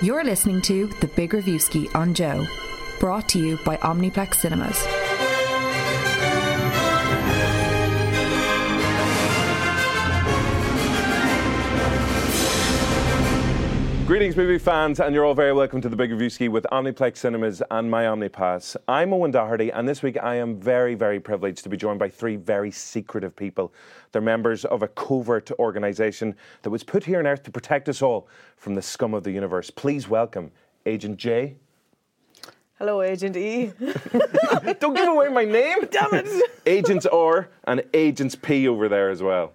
You're listening to The Big Reviewski on Joe, brought to you by Omniplex Cinemas. Greetings, movie fans, and you're all very welcome to the Big Review Ski with Omniplex Cinemas and my OmniPass. I'm Owen Doherty, and this week I am very, very privileged to be joined by three very secretive people. They're members of a covert organisation that was put here on Earth to protect us all from the scum of the universe. Please welcome Agent J. Hello, Agent E. Don't give away my name! Damn it! Agents R and Agents P over there as well.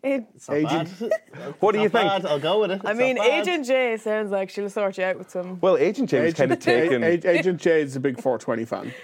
It, Agent, Bad. what do you Not think? bad, I'll go with it. I mean, Agent J sounds like she'll sort you out with some. Well, Agent J was kind of taken. A- A- Agent J is a big 420 fan.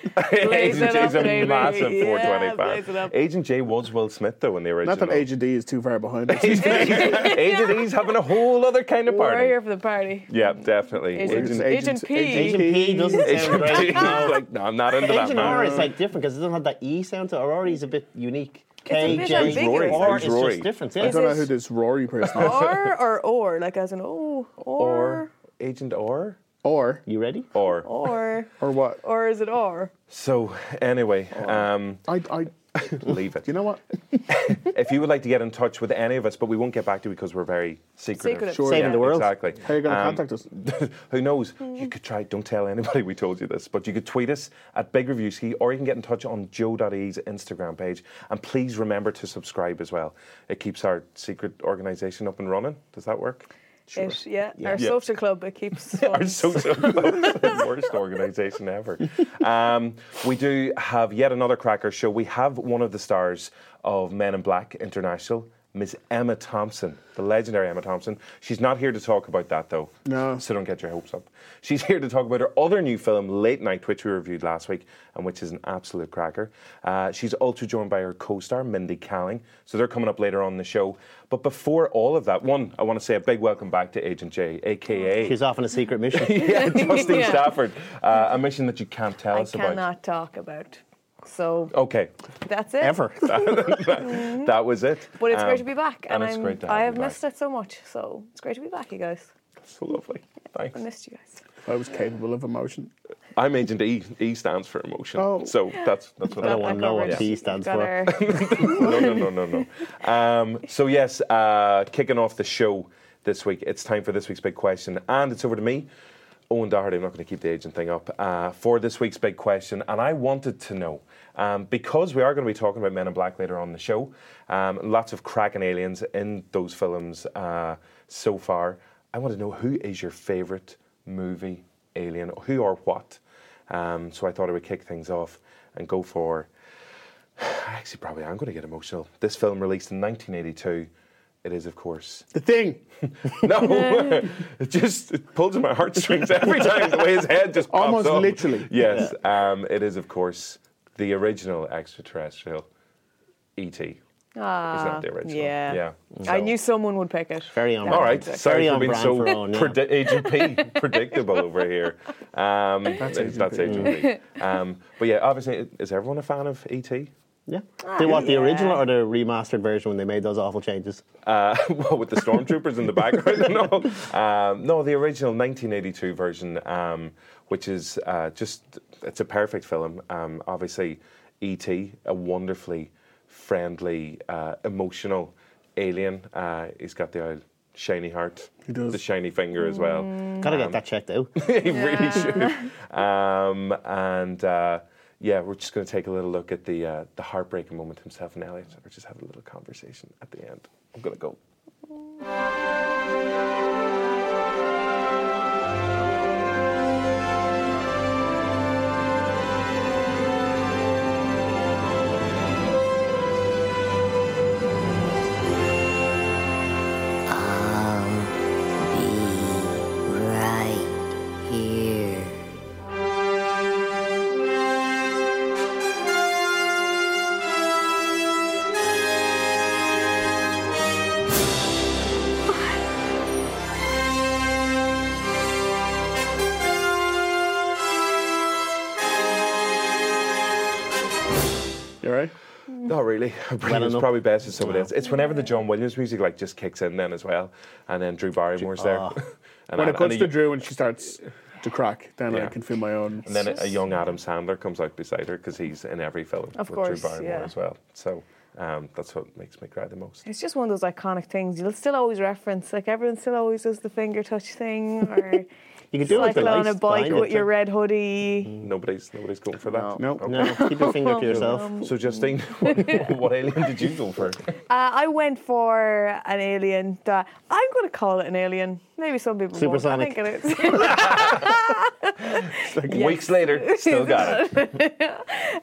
Blaze Agent it J's up, a baby. massive Yeah, 420 blaze it fan. up. Agent J was Will Smith though in the original. Not that Agent D is too far behind. us. Agent E's having a whole other kind of We're here party. for the party. Yeah, definitely. Agent- It's Agent P. Agent P doesn't sound Agent P. great. No. like, no, I'm not into that Agent man. R is like different because it doesn't have that E sound to it. Rory is a bit unique. a K, bit J, ambiguous. R Who's is Rory? just different. Yeah. I don't know who this Rory person is. Or or or like as an oh or or Agent Or Or, You ready? or. or or what? or is it or? So anyway, um, I, I, leave it. you know what? if you would like to get in touch with any of us, but we won't get back to you because we're very secretive. Secretive. Sure. Saving the world. Exactly. How are you going to Um, contact us? Who knows? You could try. Don't tell anybody we told you this, but you could tweet us at Big Review Ski, or you can get in touch on Joe.e's Instagram page. And please remember to subscribe as well. It keeps our secret organisation up and running. Does that work? It, yeah. Yeah. Our social club it keeps Our us. social the worst organisation ever. Um, we do have yet another cracker show. We have one of the stars of Men in Black International. Miss Emma Thompson, the legendary Emma Thompson. She's not here to talk about that though. No. So don't get your hopes up. She's here to talk about her other new film, Late Night, which we reviewed last week and which is an absolute cracker. Uh, she's also joined by her co star, Mindy Kaling. So they're coming up later on in the show. But before all of that, one, I want to say a big welcome back to Agent J, aka He's off on a secret mission. yeah, Justine Yeah. Stafford. Uh, a mission that you can't tell I us about. cannot talk about. So Okay, that's it. Ever. Ah, that was it. But Mm-hmm. it's Um, great to be back, and, and it's I'm, great to I have have you back. missed it so much. So it's great to be back, you guys. So lovely. Thanks. I missed you guys. I was capable of emotion. I'm Agent E. E stands for emotion. Oh. So that's that's what I I don't want. want to know what Coverage. P stands Got for. our- no, no, no, no, no. Um, so yes, uh, kicking off the show this week, it's time for this week's big question, and it's over to me, Owen Doherty. I'm not going to keep the agent thing up uh, for this week's big question, and I wanted to know um, because we are going to be talking about Men in Black later on in the show. Um, lots of cracking aliens in those films uh, so far. I want to know who is your favourite movie alien, who or what. Um, so I thought I would kick things off and go for I actually probably am going to get emotional. This film released in 1982. It is, of course. The thing. No, it just it pulls at my heartstrings every time the way his head just pops Almost up. literally. Yes, um, it is, of course, the original extraterrestrial E.T. Ah, it's not the original. uh, yeah. yeah. I So- knew someone would pick it. Very on All brand. right, sorry Very for on being brand so for Owen, yeah. predi- Agent P predictable over here. Um, that's Agent P. Um, but yeah, obviously, is everyone a fan of E E.T.? Yeah. They want the yeah. original or the remastered version when they made those awful changes. uh, well, with the stormtroopers in the background and all. Um, no, the original 1982 version, um, which is uh, just, it's a perfect film. Um, obviously, E.T., a wonderfully friendly, uh, emotional alien. Uh, he's got the old shiny heart, he does. the shiny finger as well. Gotta get that checked out. he really should. Um, and uh, yeah, we're just going to take a little look at the uh, the heartbreaking moment himself and Elliot, or just have a little conversation at the end. I'm going to go. right here. You all right? Not really. I believe it's enough. probably best with somebody else. It's whenever the John Williams music like just kicks in then as well, and then Drew Barrymore's there. oh. And when Ad- it cuts and to a- Drew and she starts to crack, then Yeah. I can feel my own. And then a just- young Adam Sandler comes out beside her because he's in every film Of with course, Drew Barrymore yeah. as well. So um, that's what makes me cry the most. It's just one of those iconic things you'll still always reference. Like everyone still always does the finger touch thing or You can do it like the cycle on a bike lights blinded with your thing. red hoodie. Mm. Nobody's nobody's going for that. No. Okay. No, keep your finger to yourself. Um, So Justine, what, what alien did you go for? Uh, I went for an alien that I'm going to call it an alien. Maybe some people Supersonic. won't. I think it is. Yes. Weeks later, still got it.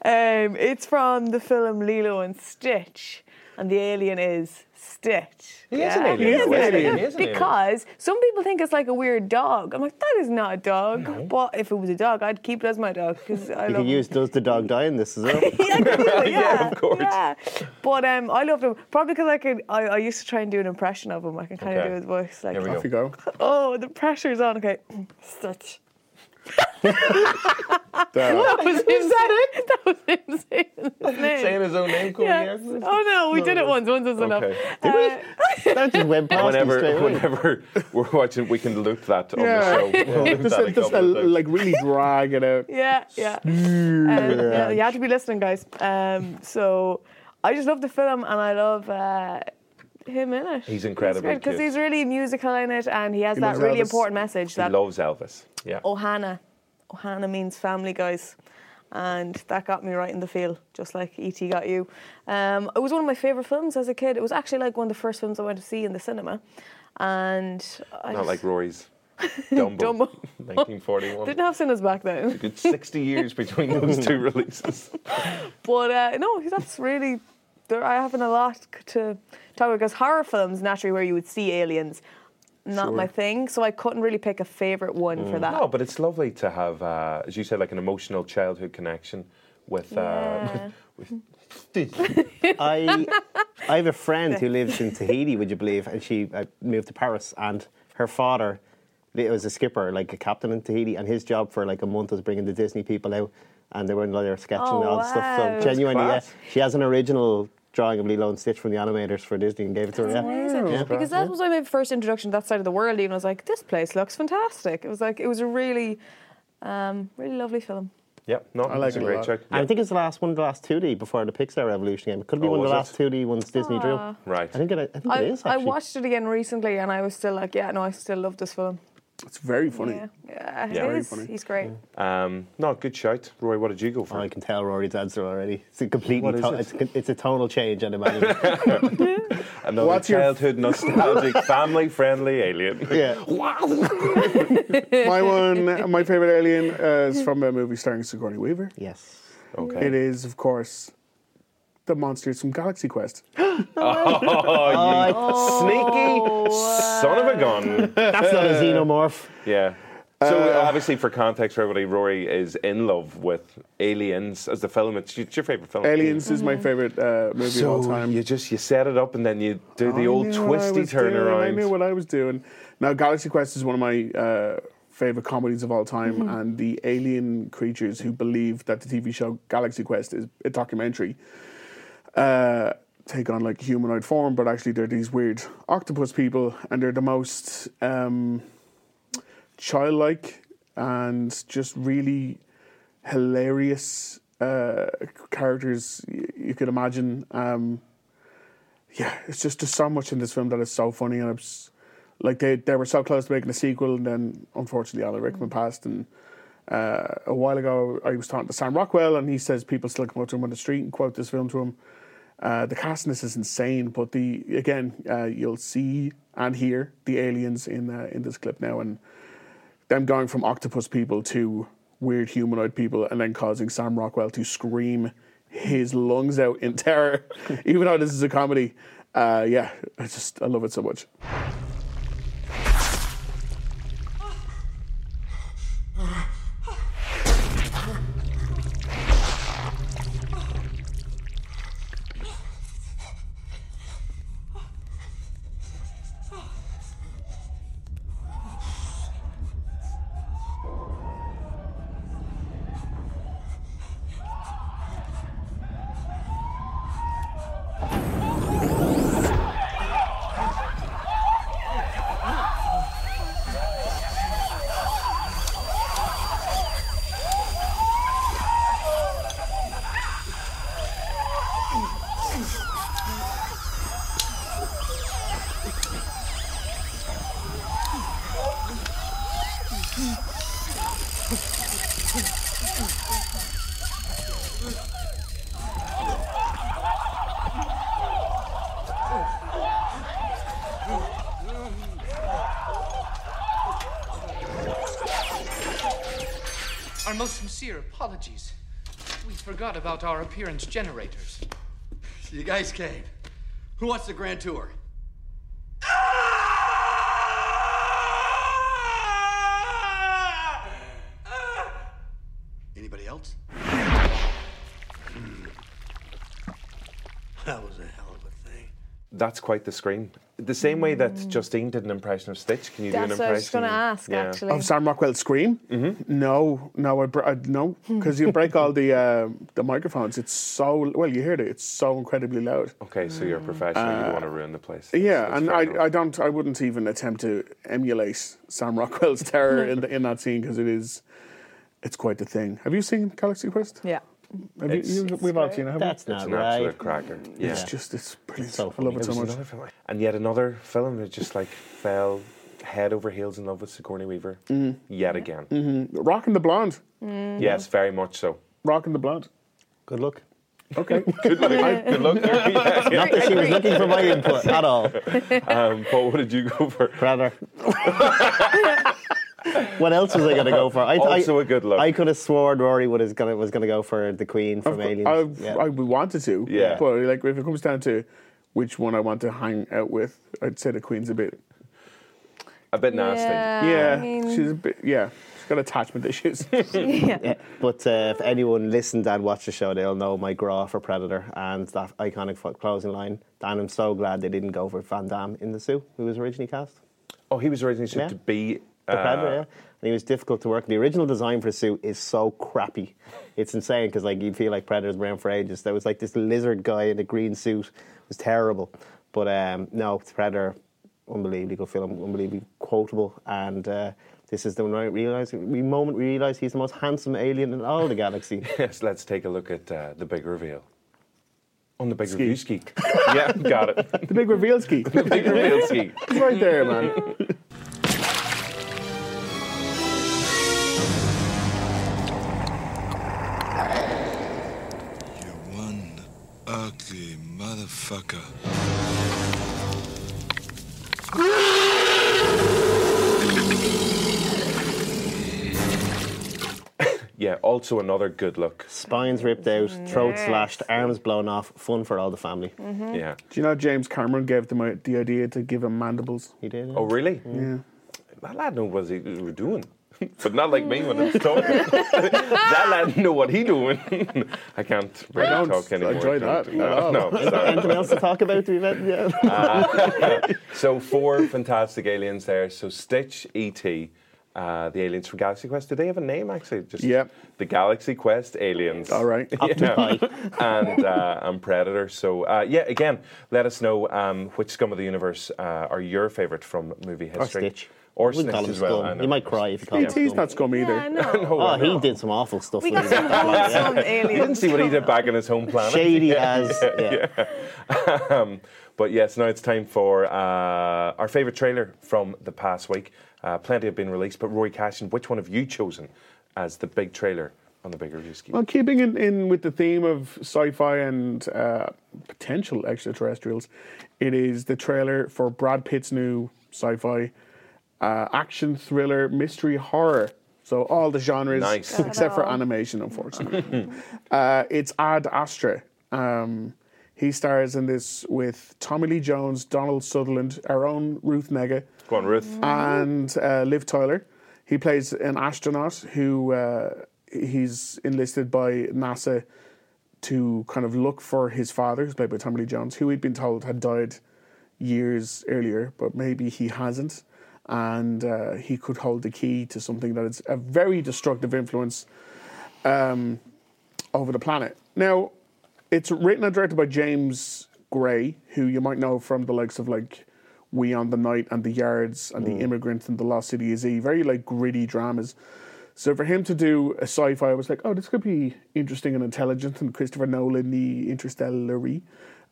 um, it's from the film Lilo and Stitch, and the alien is Stitch. He is an alien, He is though, an isn't he? alien. He is an alien. because some people think it's like a weird dog. I'm like, that is not a dog. But if it was a dog, I'd keep it as my dog because I love You can him. use Does the Dog Die in this as well? yeah, I could do it, yeah, of course. yeah. But um, I loved him probably because I could. I, I used to try and do an impression of him. I can kind Okay. of do his voice. Like, Here we Off you go. oh, the pressure's on. Okay, stitch. There. That was insane. it? That was insane. His name. Saying his own name, cool. Yeah. Oh no, we did it once. Once is enough. Okay. Uh, that just went past me straight Whenever, away. whenever we're watching, we can loop that on Yeah. the show. We'll loop Just, that a just, couple of uh, times. like really drag it out. yeah, yeah. Um, yeah, You have to be listening, guys. Um, so I just love the film and I love uh, him in it. He's incredibly because cute. he's really musical in it and he has that loves really Elvis. important message he that Oh, loves Elvis. Yeah. Ohana, Ohana means family, guys. And that got me right in the feel, just like E.T. got you. Um, it was one of my favourite films as a kid. It was actually like one of the first films I went to see in the cinema. And I Not just like Rory's Dumbo, Dumbo. 1941. didn't have cinemas back then. Good 60 years between those two releases. But uh, no, that's really. There, I haven't a lot c- to talk about because horror films naturally where you would see aliens, not my thing. So I couldn't really pick a favorite one for that. No, but it's lovely to have, uh, as you said, like an emotional childhood connection with. Uh, Yeah. with, with I I have a friend who lives in Tahiti, would you believe? And she uh, moved to Paris, and her father li- was a skipper, like a captain in Tahiti, and his job for like a month was bringing the Disney people out, and they were in there sketching Oh, and all this stuff. wow. So genuinely, yeah, class. she has an original drawing of Lilo and Stitch from the animators for Disney and gave it to her. Yeah. Amazing. Yeah. Because that was my first introduction to that side of the world. Even I was like, this place looks fantastic. It was like it was a really, um, really lovely film. yeah, no, I like it's a it a great lot. check. And I think it's the last one of the last 2D before the Pixar Revolution game. It could be Oh, one of the was last it? 2D ones Disney drew. Ah. Right. I think it, I think I, it is. I Actually. watched it again recently, and I was still like, yeah, no, I still love this film. It's very funny. Yeah, yeah, Yeah. it Very is. funny. He's great. Um, no, good shout. Roy, what did you go for? Oh, I can tell Rory's answer already. It's a completely What is to- it? it's, a- it's a tonal change, I'd imagine. Another What's your- childhood nostalgic, family friendly alien. yeah. My one, my favorite alien uh, is from a movie starring Sigourney Weaver. Yes. Okay. It is, of course, the monsters from Galaxy Quest. Oh, you Oh, son of a gun. That's not a xenomorph. yeah. So uh, obviously, for context for everybody, Rory is in love with Aliens as the film. It's, it's your favorite film. Aliens is my favorite uh, movie Mm-hmm. So of all time. you just you set it up and then you do the I old knew what I twisty was doing, I turnaround. knew what I was doing. Now, Galaxy Quest is one of my uh, favorite comedies of all time, Mm-hmm. and the alien creatures who believe that the TV show Galaxy Quest is a documentary uh, take on like humanoid form, but actually they're these weird octopus people, and they're the most um, childlike and just really hilarious uh, characters y- you could imagine. Um, yeah, it's just there's so much in this film that is so funny, and it's like they they were so close to making a sequel, and then unfortunately Alan Rickman passed. And uh, a while ago, I was talking to Sam Rockwell, and he says people still come up to him on the street and quote this film to him. Uh, the cast in this is insane, but the again uh, you'll see and hear the aliens in uh, in this clip now, and them going from octopus people to weird humanoid people and then causing Sam Rockwell to scream his lungs out in terror, even though this is a comedy. Uh, yeah, I just I love it so much. Our most sincere apologies. We forgot about our appearance generators. You guys came. Who wants the grand tour? Anybody else? Hmm. That was a hell of a thing. That's quite the scream. The same way Mm. that Justine did an impression of Stitch, can you That's do an what I impression? was just going to ask, Yeah. actually. Of Sam Rockwell's scream? Mm-hmm. No, no, I, br- I no, because you break all the uh, the microphones. It's so well, you hear it. It's so incredibly loud. Okay, so you're a professional. you don't want to ruin the place. That's- Uh, Yeah, Oh, that's and fair I, enough. I don't, I wouldn't even attempt to emulate Sam Rockwell's terror in the, in that scene because it is, it's quite the thing. Have you seen Galaxy Quest? yeah. Have you, It's- you, we've all seen it. Haven't That's we? not It's an absolute right. cracker. Yeah. It's just, it's brilliant. It's so I love funny. it so It was much. Another film. And yet another film that just like fell head over heels in love with Sigourney Weaver Mm. yet again. Rocking the blonde, Yes, very much so. rocking the blonde. Good luck. Okay. Good look. Good look. Yeah, yeah. Not that she was looking for my input at all. Um, Paul, what did you go for? Brother. what else was I going to go for? I, th- I- Also a good look. I could have sworn Rory would have gonna, was going to go for the Queen from Aliens. I, Yeah. I would wanted to. Yeah. But like, if it comes down to which one I want to hang out with, I'd say the Queen's a bit. A bit nasty. Yeah. I mean- she's a bit. Yeah. She's got attachment issues. yeah. But uh, if anyone listened and watched the show, they'll know my graw for Predator and that iconic fo- closing line. Dan, I'm so glad they didn't go for Van Damme in the Sioux, who was originally cast. Oh, he was originally said Yeah. to be The Predator, uh, yeah. And he was difficult to work. The original design for the suit is so crappy. It's insane because like you feel like Predator's been around for ages. There was like this lizard guy in a green suit. It was terrible. But um, no, it's Predator, unbelievably good film, unbelievably quotable. And uh, this is the moment we realize, we moment we realize he's the most handsome alien in all the galaxy. Yes, let's take a look at uh, the big reveal. On the big Ski. review ski. yeah, got it. the big reveal ski. The big reveal ski. It's right there, man. You one ugly motherfucker. Yeah, also another good look. Spines ripped out, throat Yes. slashed, arms blown off. Fun for all the family. Yeah. Do you know James Cameron gave them out the idea to give him mandibles? He did. Oh, really? Yeah. That lad knew what he was doing. But not like me when I'm talking. that lad knew what he doing. I can't really don't talk anymore. enjoy can't- that at No, all. no, sorry. Anything else to talk about? Do we have- yeah. So four fantastic aliens there. So Stitch, E.T., uh, the aliens from Galaxy Quest. Do they have a name actually? Just Yep. The Galaxy Quest aliens. All right. Yeah. and uh, and Predator. So uh, yeah, again, let us know um, which scum of the universe uh, are your favourite from movie history, Stitch. or Wouldn't Stitch call him as well. scum. I know. You might cry if you call him ET's scum. not scum either. Yeah, no. No, Oh, I he know. did some awful stuff. We when got he some was back. wholesome You aliens. didn't see what he Come did on. back in his home planet. Shady as. Yeah. um, but yes, now it's time for uh, our favourite trailer from the past week. Uh, plenty have been released, but Roy Cashin, which one have you chosen as the big trailer on the big review scheme? Well, keeping in, in with the theme of sci-fi and uh, potential extraterrestrials, it is the trailer for Brad Pitt's new sci-fi uh, action thriller mystery horror. So all the genres Nice. Got it except for all. animation, unfortunately. uh, it's Ad Astra. Um, he stars in this with Tommy Lee Jones, Donald Sutherland, our own Ruth Nega, Go on, Ruth. and uh, Liv Tyler. He plays an astronaut who uh, he's enlisted by NASA to kind of look for his father, who's played by Tommy Lee Jones, who he'd been told had died years earlier, but maybe he hasn't. And uh, he could hold the key to something that is a very destructive influence um, over the planet. Now, it's written and directed by James Gray, who you might know from the likes of like We on the Night and The Yards and The Immigrant and The Lost City is E, very like gritty dramas. So for him to do a sci-fi, I was like, oh, this could be interesting and intelligent and Christopher Nolan the Interstellary.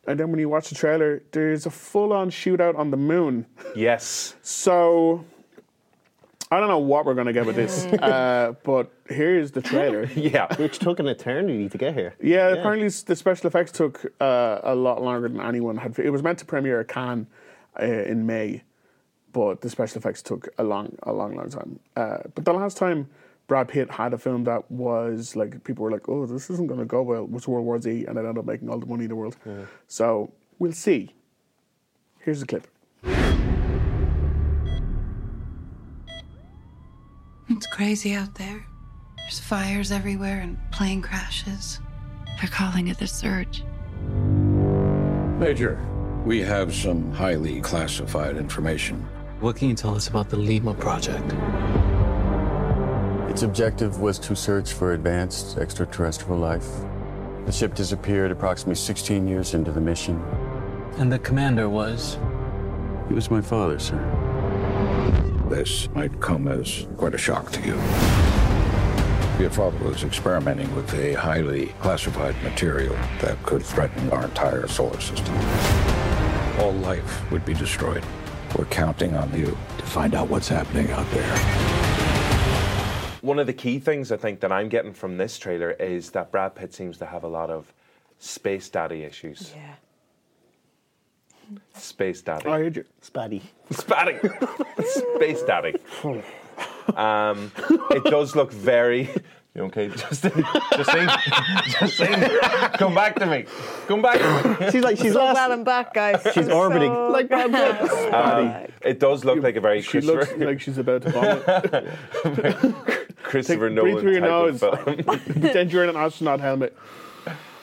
And then when you watch the trailer, there's a full-on shootout on the moon. Yes. So I don't know what we're going to get with this, uh, but here's the trailer. Yeah. Which took an eternity to get here. Yeah, apparently s- the special effects took uh, a lot longer than anyone had. It was meant to premiere at Cannes uh, in May, but the special effects took a long, a long, long time. Uh, but the last time Brad Pitt had a film that was like people were like, "Oh, this isn't going to go well," was World War Z, and it ended up making all the money in the world. So we'll see. Here's a clip. It's crazy out there. There's fires everywhere and plane crashes. They're calling it the surge. Major, we have some highly classified information. What can you tell us about the Lima project? Its objective was to search for advanced extraterrestrial life. The ship disappeared approximately 16 years into the mission. And the commander was. He was my father, sir. This might come as quite a shock to you. Your father was experimenting with a highly classified material that could threaten our entire solar system. All life would be destroyed. We're counting on you to find out what's happening out there. One of the key things I think that I'm getting from this trailer is that Brad Pitt seems to have a lot of space daddy issues. Yeah. Space daddy. I heard you. Spuddy. Spatting. Space daddy. Um, it does look very. You okay, Justine? Justine? Justine? Come back to me. Come back to me. She's like, she's So lost. glad I'm back, guys. She's orbiting. like It does look like a very Um, She Christopher, looks like she's about to vomit. Christopher Take- Nolan breathe through your type of nose. film. Pretend you're in an astronaut helmet.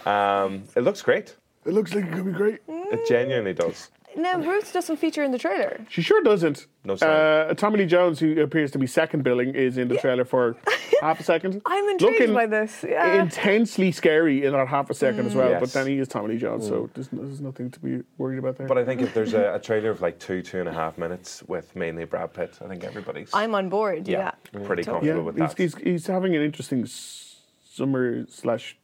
Um, it looks great. It looks like it could be great. It genuinely does. Now, Ruth doesn't feature in the trailer. She sure doesn't. No sign. uh, Tommy Lee Jones, who appears to be second billing, is in the trailer for half a second. I'm intrigued by this, yeah. Intensely scary in that half a second as well. But Yes. then he is Tommy Lee Jones, so there's, there's nothing to be worried about there. Mm. But I think if there's a, a trailer of like two, two and a half minutes with mainly Brad Pitt, I think everybody's I'm on board. yeah, Mm-hmm. Yeah. pretty yeah, comfortable with he's, that. he's, he's having an interesting s- summer slash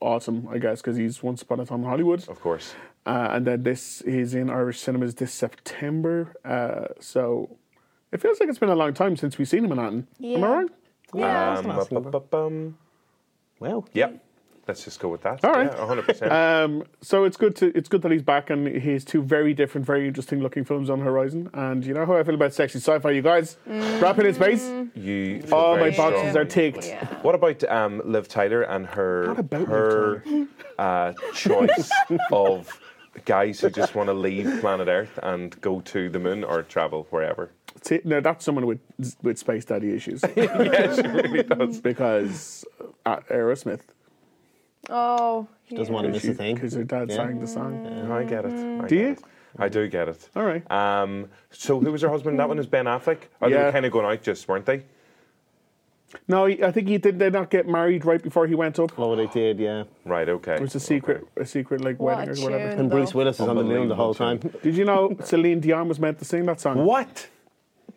autumn, I guess, because he's Once Upon a Time in Hollywood. of course. Uh, and then this is in Irish cinemas this September. Uh, so it feels like it's been a long time since we've seen him in Anton. Am I Yeah. right? Yeah. Um, last one. bu-bu-bum. Well, Yep. Let's just go with that. All right. Yeah, 100%. Um, so it's good to it's good that he's back and he has two very different, very interesting looking films on the horizon. And you know how I feel about sexy sci-fi, you guys. Rapid in space. Mm-hmm. you feel All very Oh, my boxes strongly. are ticked. What about um, Liv Tyler and her Not about Liv her uh, choice of guys who just want to leave planet Earth and go to the moon or travel wherever? See, now that's someone with with space daddy issues yeah, she really does. because uh, Aerosmith Oh. She doesn't want to miss a thing. because her dad sang the song. Mm. I get it. I Do get you? it. I do get it. All right. Um, so who was her husband? That one is Ben Affleck. Or They were Yeah. kind of going out just, weren't they? No, he- I think he did. They not get married right before he went up. Oh, they did, yeah. Right, okay. It was a secret, a secret like What wedding a or whatever. tune. And Bruce Willis is on the moon the whole time. Did you know Celine Dion was meant to sing that song? What?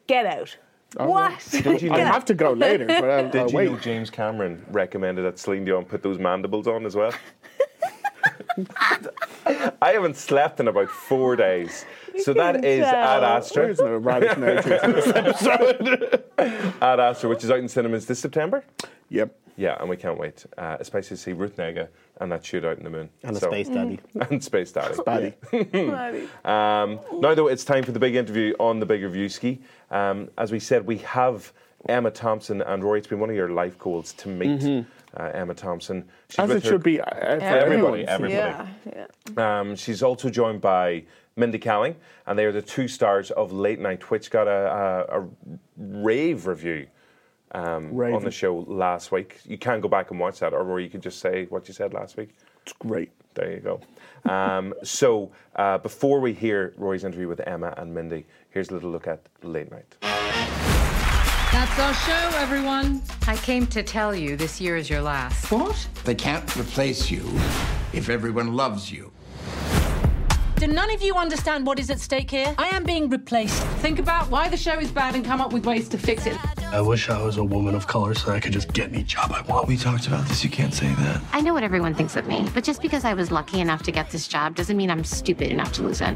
Get out. What? you I know- have to go later. But I'll, Did I'll you Uh, wait. know James Cameron recommended that Celine Dion put those mandibles on as well? I haven't slept in about four days. So that can is tell. Ad There Astra, is no rabbit nature to this episode. Ad Astra, which is out in cinemas this September. yep. Yeah, and we can't wait, uh, especially to see Ruth Nega and that shootout in the moon. And a So- space daddy. and Space Daddy. Baddy. Um, now, though, it's time for the big interview on the Big Review Ski. Um, as we said, we have Emma Thompson and Rory. It's been one of your life goals to meet uh, Emma Thompson. She's Mm-hmm. As with it her- should be uh, uh, for Everybody, everyone. everybody. Yeah. yeah. Um, she's also joined by Mindy Kaling, and they are the two stars of Late Night, which got a, a, a rave review um, Rave. on the show last week. You can go back and watch that, or you could just say what you said last week. It's great. There you go. Um, so, uh, before we hear Roy's interview with Emma and Mindy, here's a little look at Late Night. That's our show, everyone. I came to tell you this year is your last. What? They can't replace you if everyone loves you. Do none of you understand what is at stake here? I am being replaced. Think about why the show is bad and come up with ways to fix it. I wish I was a woman of color so I could just get any job I want. We talked about this. You can't say that. I know what everyone thinks of me, but just because I was lucky enough to get this job doesn't mean I'm stupid enough to lose it.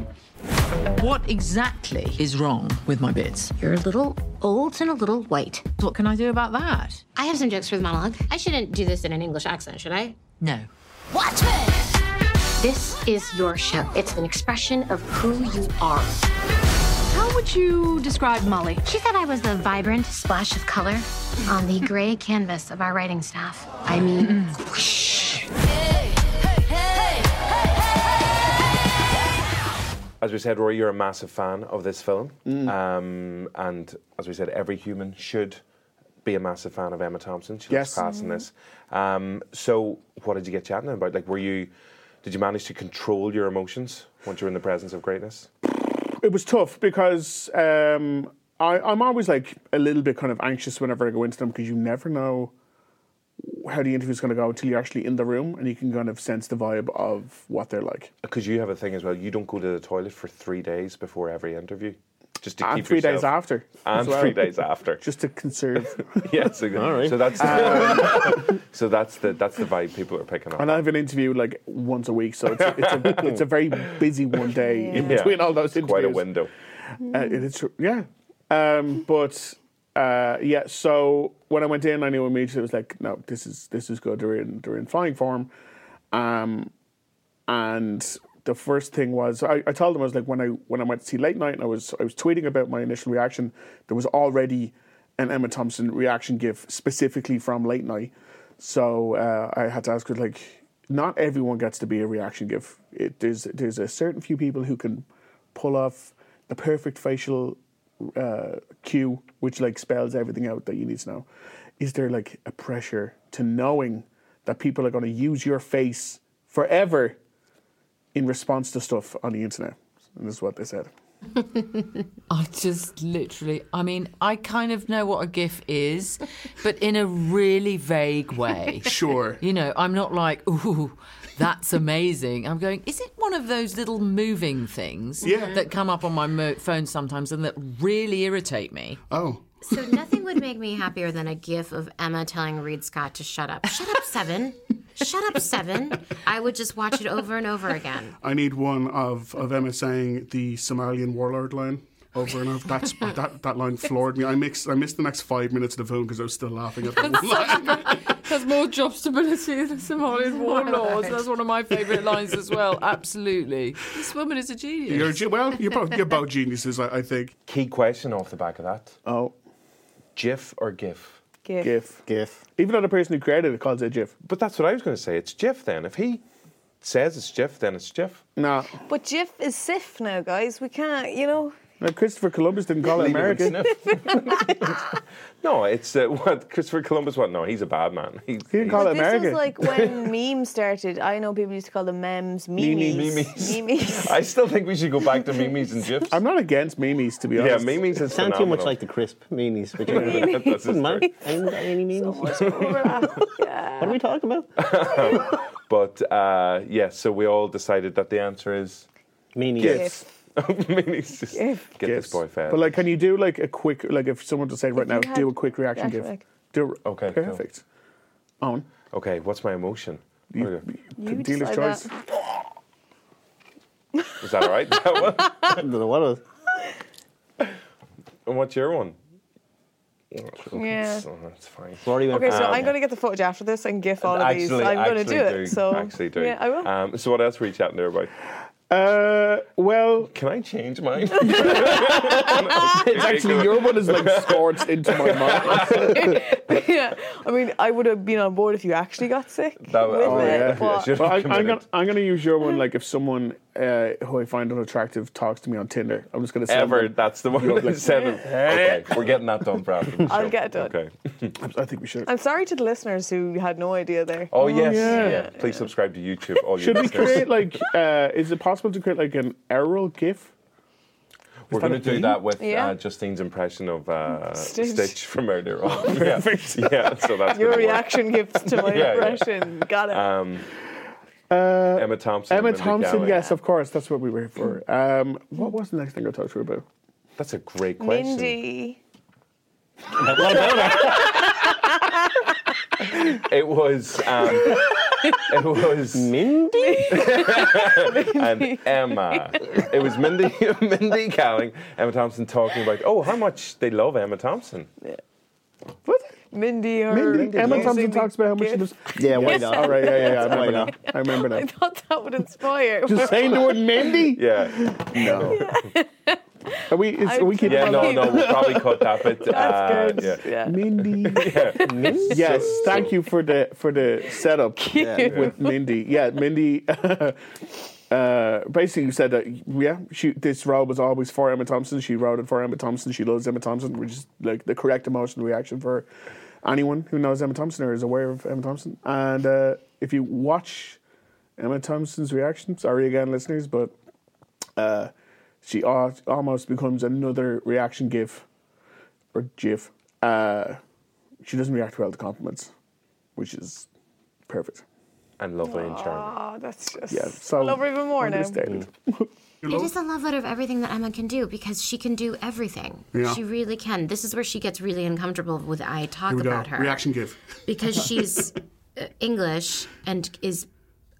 What exactly is wrong with my bits? You're a little old and a little white. What can I do about that? I have some jokes for the monologue. I shouldn't do this in an English accent, should I? No. Watchmen! This is your show. It's an expression of who you are. How would you describe Molly? She said I was the vibrant splash of color on the gray canvas of our writing staff. I mean, Mm. whoosh. As we said, Rory, you're a massive fan of this film. Mm. Um, and as we said, every human should be a massive fan of Emma Thompson. She Yes. looks class in Mhm. this. Um, so, what did you get chatting about? Like, were you, did you manage to control your emotions once you're in the presence of greatness? it was tough because um, I, I'm always like a little bit kind of anxious whenever I go into them because you never know how the interview's going to go until you're actually in the room and you can kind of sense the vibe of what they're like. Because you have a thing as well, you don't go to the toilet for three days before every interview. Just to And keep three yourself- days after as And well. three days after. Just to conserve. yes, exactly. So that's the, so that's the that's the vibe people are picking up. Um. and I have an interview like once a week, so it's, it's, a, it's a very busy one day in Yeah. between all those It's interviews. quite a window. Uh, it is true. Yeah. Um, but uh, yeah, so when I went in, I knew immediately it was like, no, this is this is good. They're in they're in flying form. Um, and the first thing was I, I told them I was like when I when I went to see Late Night and I was I was tweeting about my initial reaction. There was already an Emma Thompson reaction gif specifically from Late Night, so uh, I had to ask her like, not everyone gets to be a reaction gif. It, there's there's a certain few people who can pull off the perfect facial uh, cue, which like spells everything out that you need to know. Is there like a pressure to knowing that people are going to use your face forever in response to stuff on the internet? And this is what they said. I just literally, I mean, I kind of know what a GIF is, but in a really vague way. Sure. You know, I'm not like, ooh, that's amazing. I'm going, is it one of those little moving things Yeah. that come up on my mo- phone sometimes and that really irritate me? Oh. So nothing would make me happier than a gif of Emma telling Reed Scott to shut up. Shut up, Seven. Shut up, Seven. I would just watch it over and over again. I need one of, of Emma saying the Somalian warlord line over and over. That's, that, that line floored me. I mixed, I missed the next five minutes of the film because I was still laughing at the one line. Has more job stability than Somalian warlords. That's one of my favourite lines as well. Absolutely. This woman is a genius. You're, ge- well, you're both, you're both geniuses, I, I think. Key question off the back of that. Oh. GIF or GIF? GIF. GIF. GIF. Even though the person who created it calls it GIF. But that's what I was going to say. It's GIF then. If he says it's GIF, then it's GIF. No. But GIF is SIF now, guys. We can't, you know. No, Christopher Columbus didn't call it Leave it with America. No, it's uh, what Christopher Columbus. What? No, he's a bad man. He, He didn't call it But this America. was like when memes started. I know people used to call them memes, memes, Memes. memes. I still think we should go back to memes and GIFs. I'm not against memes, to be Yeah, honest. memes is Sound too much phenomenal. like the crisp meanies. Which Meanies. That's his Wouldn't mind. I haven't got any meanies. What are uh, we talking about? But uh, yes, so we all decided that the answer is meanies. GIFs. meanies. Just get this boy fed. But like, can you do like a quick like if someone to say right now, you had do a quick reaction reaction, GIF. like- Do a- okay, cool. perfect. On. Okay, what's my emotion? Here we go. You Dealer's decide choice. that. Is that all right? That one? I don't know what it was. And what's your one? Yeah. Oh, that's fine. Rory went Okay, so Um, I'm going to get the footage after this and GIF all of these. Actually- I'm going to actually do it. So actually do. Yeah, I will. Um, so what else were you chatting there about? Uh, well, can I change mine? it's actually your one is like scorched into my mind. yeah, I mean, I would have been on board if you actually got sick. That would- with oh, it, yeah, but- yeah, sure. Well, I, I'm committed. gonna I'm gonna use your one. Like if someone uh, who I find unattractive talks to me on Tinder, I'm just gonna send Ever, them- that's the one You're that like, said it. Okay, we're getting that done, Brad. for the I'll show. get it done. Okay. I think we should. I'm sorry to the listeners who had no idea there. Oh, yes. yeah. Yeah. Please subscribe to YouTube. All Should you we listeners. create like? Uh, is it possible to create like an Errol GIF? We're Is that going to a do thing? that with Yeah. uh, Justine's impression of uh, Stitch. Stitch. from earlier on. Perfect. Yeah. yeah, so that's Your gonna work. reaction gifts to my Yeah, yeah. impression. Got it. Um, Uh, Emma Thompson. Emma Linda Thompson, Gallagher. yes, of course. That's what we were here for. Um, what was the next thing I talked to her about? That's a great question. Mindy. What about it was. Um, it was Mindy and Emma. It was Mindy, Mindy Kaling, Emma Thompson talking about oh how much they love Emma Thompson. Mindy or Mindy, Emma Thompson talks about how much she does. Yeah, why Yes. not? All right, yeah, yeah, yeah. I Why remember not? now. I remember now. I thought that would inspire. Just saying the word Mindy. Yeah. No. Are we? Is, I are we keeping? Yeah, on no, that? no, we'll probably cut that. But uh, That's good. yeah. Yeah. Mindy. yes, thank you for the for the setup with Mindy. Yeah, Mindy. Uh, basically, said that yeah, she this role was always for Emma Thompson. She wrote it for Emma Thompson. She loves Emma Thompson, which is like the correct emotional reaction for anyone who knows Emma Thompson or is aware of Emma Thompson. And uh, if you watch Emma Thompson's reaction, sorry again, listeners, but uh, she al- almost becomes another reaction gif or gif. Uh, she doesn't react well to compliments, which is perfect. And lovely and charming. Oh, that's just. Yeah, so I love her even more Mm. now. understated. It is a love letter of everything that Emma can do because she can do everything. Yeah. She really can. This is where she gets really uncomfortable with I talk Here we go. about her. Reaction give. because she's uh, English and is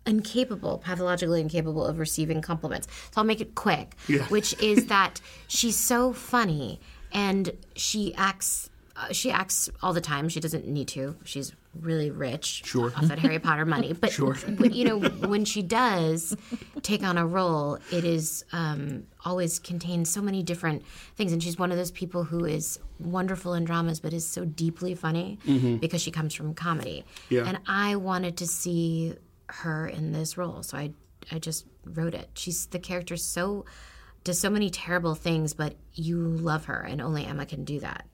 incapable, pathologically incapable of receiving compliments. So I'll make it quick, Yeah. which is that she's so funny and she acts. Uh, she acts all the time. She doesn't need to. She's really rich Sure. off that Harry Potter money. But Sure. w- you know, when she does take on a role, it is um, always contains so many different things. And she's one of those people who is wonderful in dramas, but is so deeply funny Mhm. because she comes from comedy. Yeah. And I wanted to see her in this role, so I I just wrote it. She's the character so does so many terrible things, but you love her, and only Emma can do that.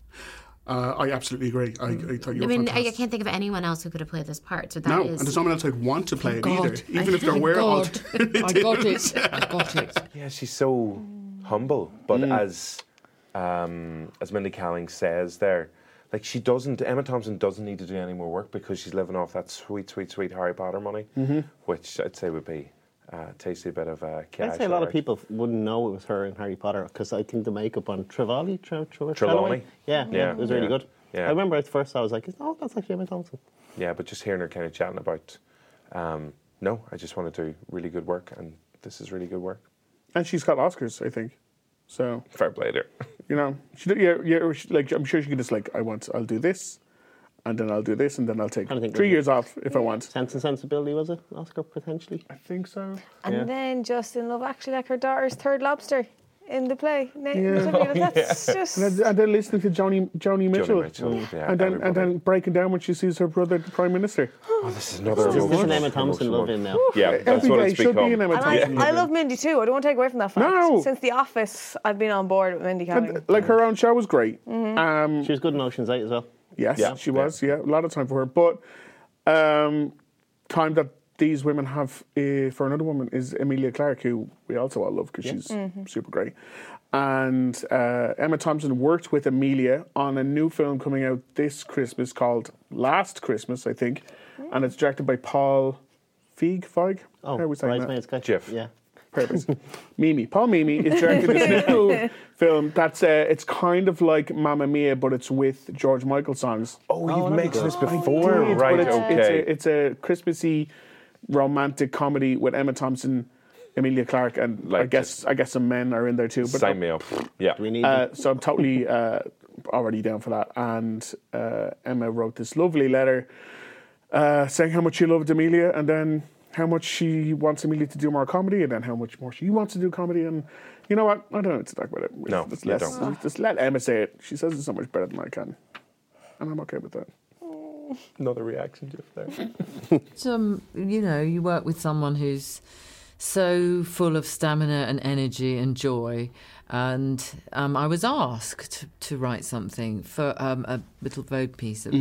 Uh, I absolutely agree. I, I thought you I were mean, I, I fantastic. can't think of anyone else who could have played this part. So that no, is- and there's no one else I'd want to play it God. either, even if there Thank were God. alternatives. I got it. I got it. Yeah, she's so humble, but as um, as Mindy Kaling says there, like she doesn't. Emma Thompson doesn't need to do any more work because she's living off that sweet, sweet, sweet Harry Potter money, Mhm. which I'd say would be uh, tasty bit of uh, cash. I'd say a lot of alright. people wouldn't know it was her in Harry Potter because I think the makeup on Trelawney, Tre- Tre- Trelawney. yeah, Yeah, yeah, it was really yeah, good. yeah. I remember at first I was like, oh, that's actually Emma Thompson. Yeah, but just hearing her kind of chatting about, um, no, I just want to do really good work, and this is really good work. And she's got Oscars, I think. So Fair play there. you know, she, do- yeah, yeah, she, like I'm sure she could just like, I want, I'll do this, and then I'll do this, and then I'll take I think three we- years off if I want. Sense and Sensibility was it Oscar potentially? I think so. And Yeah. then Justin Love actually like her daughter's third lobster in the play. Na- Yeah. something like That's just. And then, and then listening to Joni Joni Mitchell, Mitchell, Mm. yeah, and then everybody. and then breaking down when she sees her brother, the prime minister. Oh, this is another. Just emotional- an Emma Thompson emotional love one. in now. Yeah, that's Every what day it's should become. be an Emma And I, Thompson. I love Mindy too. I don't want to take away from that fact. No. Since The Office, I've been on board with Mindy And, Kaling. like her own show was great. Um, She was good in Ocean's Eight as well. Yes, Yeah. she was. Yeah. a lot of time for her. But um, time that these women have uh, for another woman is Emilia Clarke, who we also all love because she's super great. And uh, Emma Thompson worked with Amelia on a new film coming out this Christmas called Last Christmas, I think, and it's directed by Paul Feig. Feig. Oh, How are we saying that? Bridesmaids guy. Jeff. Yeah. purpose. Mimi, Paul Mimi is directing this new film. That's uh, it's kind of like Mamma Mia, but it's with George Michael songs. Oh, Oh, you've that'd be mentioned this good. before, But right? it's, okay. It's a, it's a Christmassy, romantic comedy with Emma Thompson, Emilia Clarke, and I Like guess I guess some men are in there too. But Sign me up. Yeah. We need uh, so I'm totally uh, already down for that. And uh, Emma wrote this lovely letter uh, saying how much she loved Amelia and then how much she wants Amelia to do more comedy and then how much more she wants to do comedy. And you know what? I don't need to talk about it. We No, just, you let- don't. just let Emma say it. She says it so much better than I can. And I'm okay with that. Another reaction, Jeff. There. Some, um, you know, you work with someone who's so full of stamina and energy and joy. And um, I was asked to write something for um, a little Vogue piece. Of,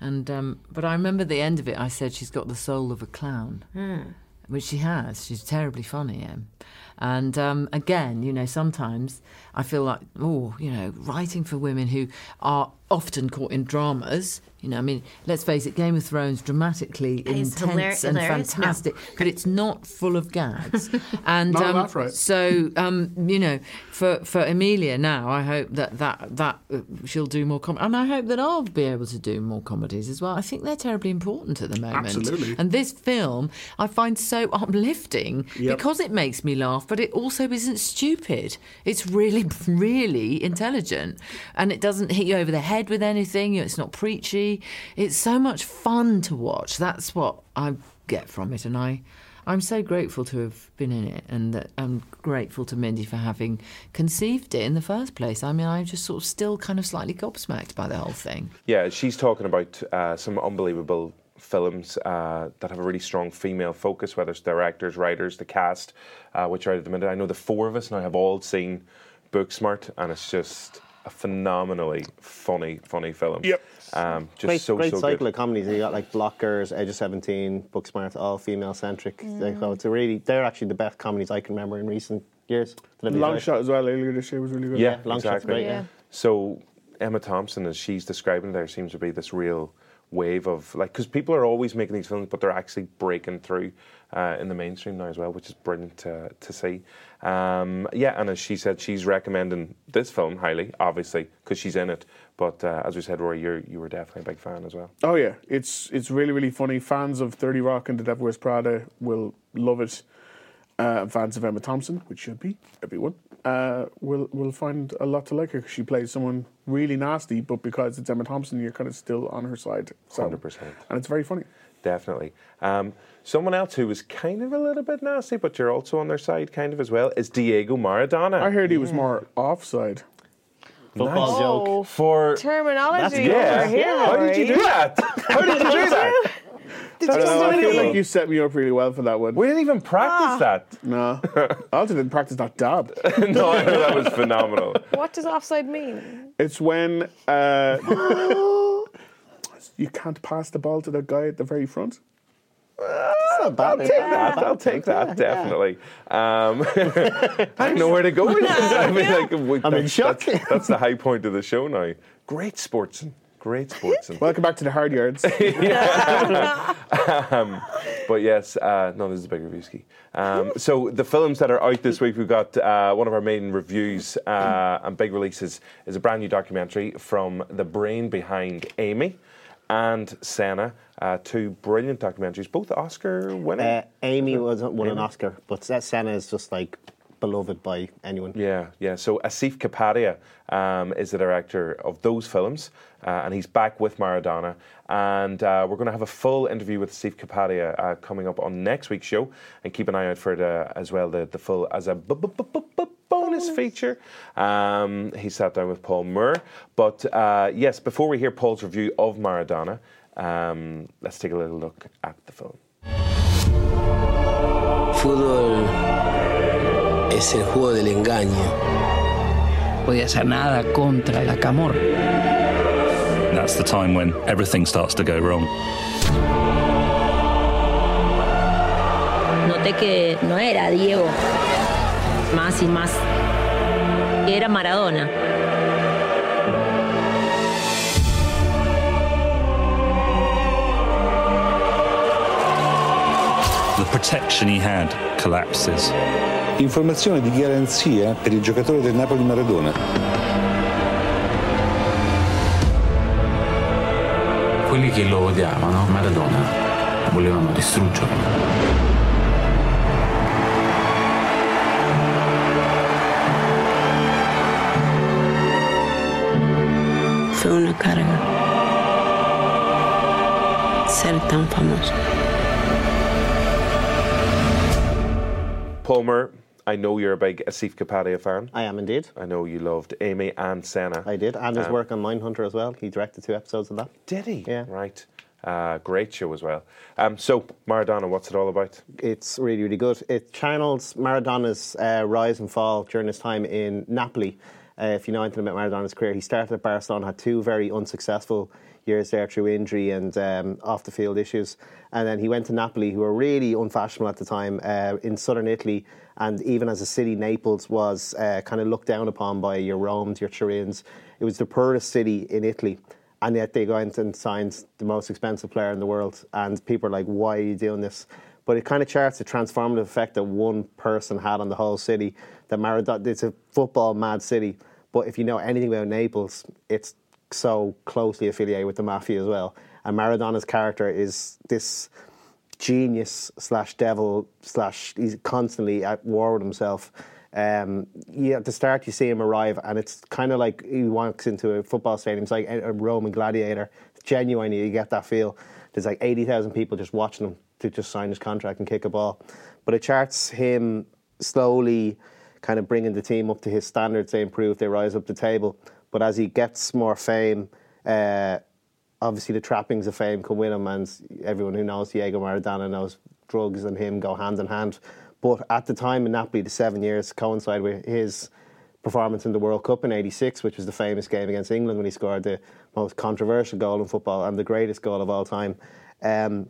And um, but I remember the end of it. I said she's got the soul of a clown, which she has. She's terribly funny, Em. And um, again, you know, sometimes I feel like, oh, you know, writing for women who are often caught in dramas. You know, I mean, let's face it, Game of Thrones dramatically It's intense hilar- and hilarious, no. fantastic, but it's not full of gags. and Not a um, laugh, right? so, um, you know, for for Amelia now, I hope that that that uh, she'll do more comedy, and I hope that I'll be able to do more comedies as well. I think they're terribly important at the moment. Absolutely. And this film, I find so uplifting Yep. because it makes me laugh, but it also isn't stupid. It's really, really intelligent, and it doesn't hit you over the head with anything. It's not preachy. It's so much fun to watch. That's what I get from it, and I. I'm so grateful to have been in it, and that I'm grateful to Mindy for having conceived it in the first place. I mean, I'm just sort of still kind of slightly gobsmacked by the whole thing. Yeah, she's talking about uh, some unbelievable films uh, that have a really strong female focus, whether it's directors, writers, the cast, uh, which are at the minute. I know the four of us now have all seen Booksmart, and it's just a phenomenally funny, funny film. Yep. Um, just great, so, great so cycle good. of comedies. You got like Blockers, Edge of Seventeen, Booksmart, all female centric. Mm. Like, oh, it's a really, they're actually the best comedies I can remember in recent years. that I've Long enjoyed. shot as well earlier this year was really good. Yeah, long shot's exactly. great, yeah. Yeah. So Emma Thompson, as she's describing, there seems to be this real wave of like because people are always making these films, but they're actually breaking through uh, in the mainstream now as well, which is brilliant to, to see. Um, yeah, and as she said, she's recommending this film highly, obviously because she's in it. But uh, as we said, Rory, you you were definitely a big fan as well. Oh yeah, it's it's really really funny. Fans of Thirty Rock and The Devil Wears Prada will love it. Uh, fans of Emma Thompson, which should be everyone, uh, will will find a lot to like her 'cause she plays someone really nasty, but because it's Emma Thompson, you're kind of still on her side. Hundred percent. and it's very funny. Definitely. Um, someone else who was kind of a little bit nasty, but you're also on their side, kind of as well, is Diego Maradona. I heard he was more offside. Football Nice. joke. Oh. for Terminology over yeah. here. How did you do Rory. that? How did you do that? I, you don't know, do I feel it? like you set me up really well for that one. We didn't even practice that. No, I also didn't practice that dab. no, I know that was phenomenal. What does offside mean? It's when uh, you can't pass the ball to the guy at the very front. I'll eh? take that. I'll take that. Definitely. Um, I don't know where to go with this. I mean, like, we, I'm in that's- shock. That's, that's the high point of the show now. Great sportsman. Great sportsman. Welcome back to the hard yards. um, but yes, uh, no, this is a big review ski. Um, so the films that are out this week, we've got uh, one of our main reviews uh, and big releases is a brand new documentary from the brain behind Amy and Senna, uh, two brilliant documentaries, both Oscar winning. Uh, Amy was won an Amy. Oscar, but that Senna is just like beloved by anyone. Yeah, yeah. So Asif Kapadia um, is the director of those films, uh, and he's back with Maradona. And uh, we're going to have a full interview with Asif Kapadia uh, coming up on next week's show, and keep an eye out for it uh, as well. The, the full as a bu- bu- bu- bu- bu- bonus feature. Um, he sat down with Paul Moore. But uh, yes, before we hear Paul's review of Maradona, um, let's take a little look at the film. Fútbol es el juego del engaño. Podía hacer nada contra la camorra. That's the time when everything starts to go wrong. Noté que no era Diego. Más y más. Era Maradona. The protection he had collapses. Informazione di garanzia per il giocatore del Napoli Maradona. Quelli che lo odiavano, Maradona, volevano distruggerlo. Fue una carga ser tan famoso. Palmer, I know you're a big Asif Kapadia fan. I am indeed. I know you loved Amy and Senna. I did, and his Um, work on Mindhunter as well. He directed two episodes of that. Did he? Yeah. Right. Uh, great show as well. Um, so, Maradona, what's it all about? It's really, really good. It channels Maradona's uh, rise and fall during his time in Napoli. Uh, if you know anything about Maradona's career, he started at Barcelona, had two very unsuccessful years there through injury and um, off the field issues. And then he went to Napoli, who were really unfashionable at the time uh, in southern Italy. And even as a city, Naples was uh, kind of looked down upon by your Rome's, your Turins. It was the poorest city in Italy. And yet they went and signed the most expensive player in the world. And people are like, why are you doing this? But it kind of charts the transformative effect that one person had on the whole city. That Maradona, it's a football mad city. But if you know anything about Naples, it's so closely affiliated with the mafia as well. And Maradona's character is this genius slash devil slash he's constantly at war with himself. Um, you, at the start, you see him arrive, and it's kind of like he walks into a football stadium. It's like a a Roman gladiator. Genuinely, you get that feel. There's like 80,000 people just watching him to just sign his contract and kick a ball. But it charts him slowly kind of bringing the team up to his standards. They improve, they rise up the table. But as he gets more fame, uh, obviously the trappings of fame can win him, and everyone who knows Diego Maradona knows drugs and him go hand in hand. But at the time in Napoli, the seven years coincide with his performance in the World Cup in '86, which was the famous game against England when he scored the most controversial goal in football and the greatest goal of all time. Um,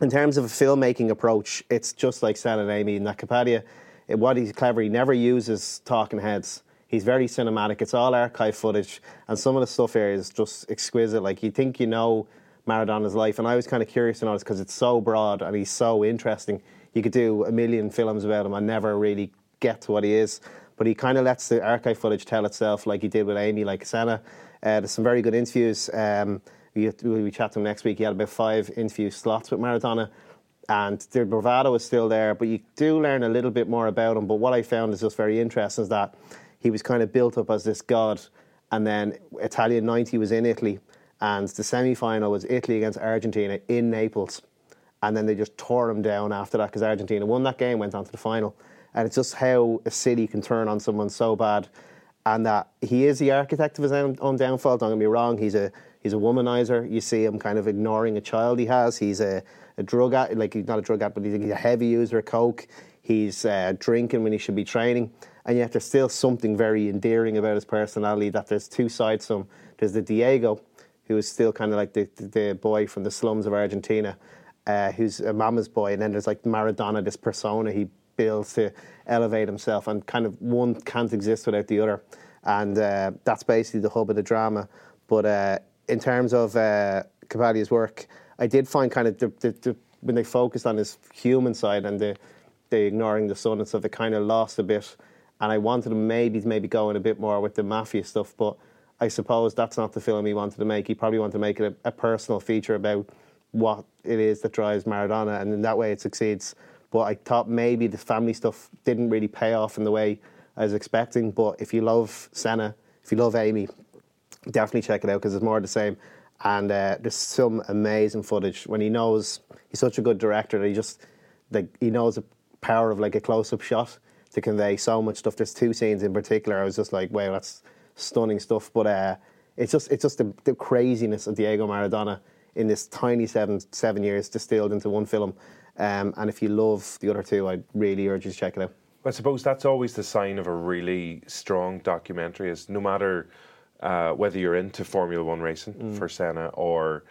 in terms of a filmmaking approach, it's just like San and Amy in that Capadia. It- What he's clever, he never uses talking heads. He's very cinematic. It's all archive footage, and some of the stuff here is just exquisite. Like you think you know Maradona's life, and I was kind of curious to know this because it's so broad and he's so interesting. You could do a million films about him and never really get to what he is. But he kind of lets the archive footage tell itself, like he did with Amy, like Senna. Uh, there's some very good interviews. Um, we, we chat to him next week. He had about five interview slots with Maradona and their bravado is still there, but you do learn a little bit more about him. But what I found is just very interesting is that he was kind of built up as this god, and then Italian 90 was in Italy, and the semi final was Italy against Argentina in Naples. And then they just tore him down after that because Argentina won that game, went on to the final. And it's just how a city can turn on someone so bad and that he is the architect of his own, own downfall. Don't get me wrong; he's a he's a womanizer. You see him kind of ignoring a child he has. He's a, a drug addict, like he's not a drug addict, but he's, he's a heavy user of coke. He's uh, drinking when he should be training, and yet there's still something very endearing about his personality. That there's two sides to him. There's the Diego, who is still kind of like the, the, the boy from the slums of Argentina, uh, who's a mama's boy, and then there's like Maradona, this persona he builds to elevate himself, and kind of one can't exist without the other, and uh, that's basically the hub of the drama. But uh, in terms of uh, Capaldi's work, I did find kind of the, the, the, when they focused on his human side and the, the ignoring the sun and stuff, they kind of lost a bit. And I wanted to maybe maybe go in a bit more with the mafia stuff, but I suppose that's not the film he wanted to make. He probably wanted to make it a, a personal feature about what it is that drives Maradona, and in that way it succeeds. But I thought maybe the family stuff didn't really pay off in the way I was expecting. But if you love Senna, if you love Amy, definitely check it out because it's more of the same. And uh, there's some amazing footage when he knows he's such a good director that he just like he knows the power of like a close-up shot to convey so much stuff. There's two scenes in particular I was just like, wow, that's stunning stuff. But uh, it's just it's just the, the craziness of Diego Maradona in this tiny seven seven years distilled into one film. Um, and if you love the other two, I really urge you to check it out. I suppose that's always the sign of a really strong documentary. Is no matter uh, whether you're into Formula One racing for Senna or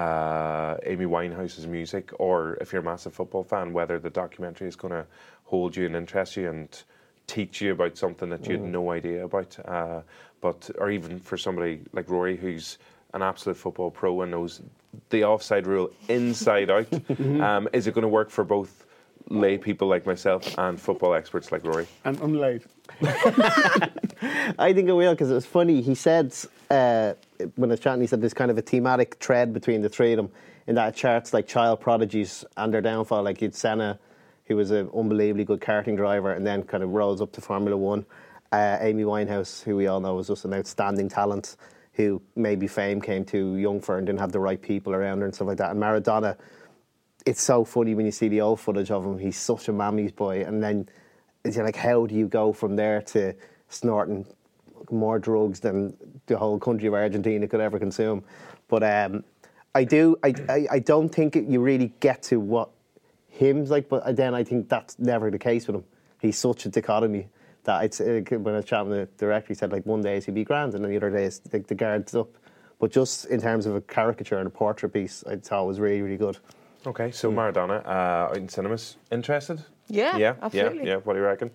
uh, Amy Winehouse's music, or if you're a massive football fan, whether the documentary is going to hold you and interest you and teach you about something that you had Mm. no idea about. Uh, but or even for somebody like Rory, who's an absolute football pro and knows the offside rule inside out, um, is it going to work for both? Lay people like myself and football experts like Rory. And I'm late. I think it will because it was funny. He said uh, when I was chatting, he said there's kind of a thematic thread between the three of them in that it charts like child prodigies and their downfall. Like you'd Senna, who was an unbelievably good karting driver, and then kind of rose up to Formula One. Uh, Amy Winehouse, who we all know is just an outstanding talent, who maybe fame came too young for and didn't have the right people around her and stuff like that. And Maradona, it's so funny when you see the old footage of him. He's such a mammy's boy, and then it's like, how do you go from there to snorting more drugs than the whole country of Argentina could ever consume? But um, I do, I, I, I don't think it, you really get to what him's like. But then I think that's never the case with him. He's such a dichotomy that. It's uh, when I was chatting with the director, he said like one day he'd be grand, and then the other day it's like the guards up. But just in terms of a caricature and a portrait piece, I thought it was really really good. Okay, so Maradona uh, out in cinemas. Interested? Yeah, yeah, absolutely. yeah, yeah. What do you reckon?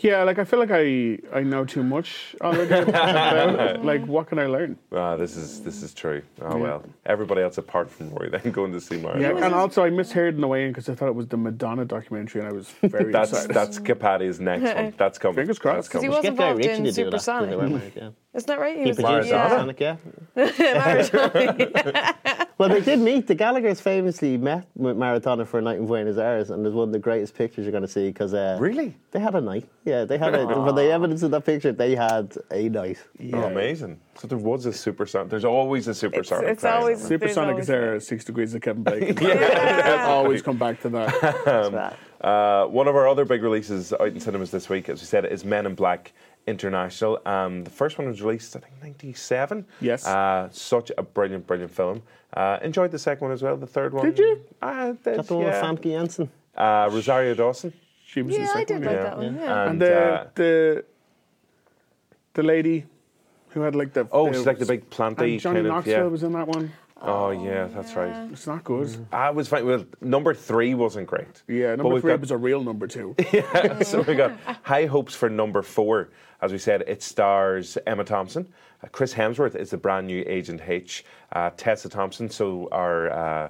Yeah, like I feel like I, I know too much already. about, like, what can I learn? Ah, this is this is true. Oh well, everybody else apart from Rory then going to see Mario. Yeah, and also I misheard in the way in because I thought it was the Madonna documentary, and I was very that's excited. that's Capati's next one. That's coming. Fingers crossed. Because he was involved in Supersonic. Isn't that right? He was produced yeah. Supersonic, yeah. Maradona. Well, they did meet. The Gallagher's famously met with Maradona for a night in Buenos Aires, and there's one of the greatest pictures you're going to see because uh, really they had a night. Yeah, they had. A, when they evidence in that picture, they had a night. Oh, amazing. So there was a supersonic. There's always a supersonic. it's always- there's Supersonic always is there. Six degrees of Kevin Bacon. Yeah. I'll always come back to that. Uh, one of our other big releases out in cinemas this week, as we said, is Men in Black International. Um, the first one was released, I think, 97. Yes. Uh, such a brilliant, brilliant film. Uh, enjoyed the second one as well. The third one. Did you? I did, That's the one with Ah, yeah. Famke Janssen. Uh, Rosario Dawson. She was in the Yeah, I second did like yeah. that one. Yeah. Yeah. And, And, the, uh, the the lady who had like the Oh, she's like the big planty and Johnny kind of- Knoxville yeah. was in that one. Oh, yeah, that's right. It's not good. I was fine. Well, number three wasn't great. Yeah, But number we've three got- was a real number two. yeah, so we got high hopes for number four. As we said, it stars Emma Thompson. Uh, Chris Hemsworth is the brand new Agent H. Uh, Tessa Thompson, so our uh,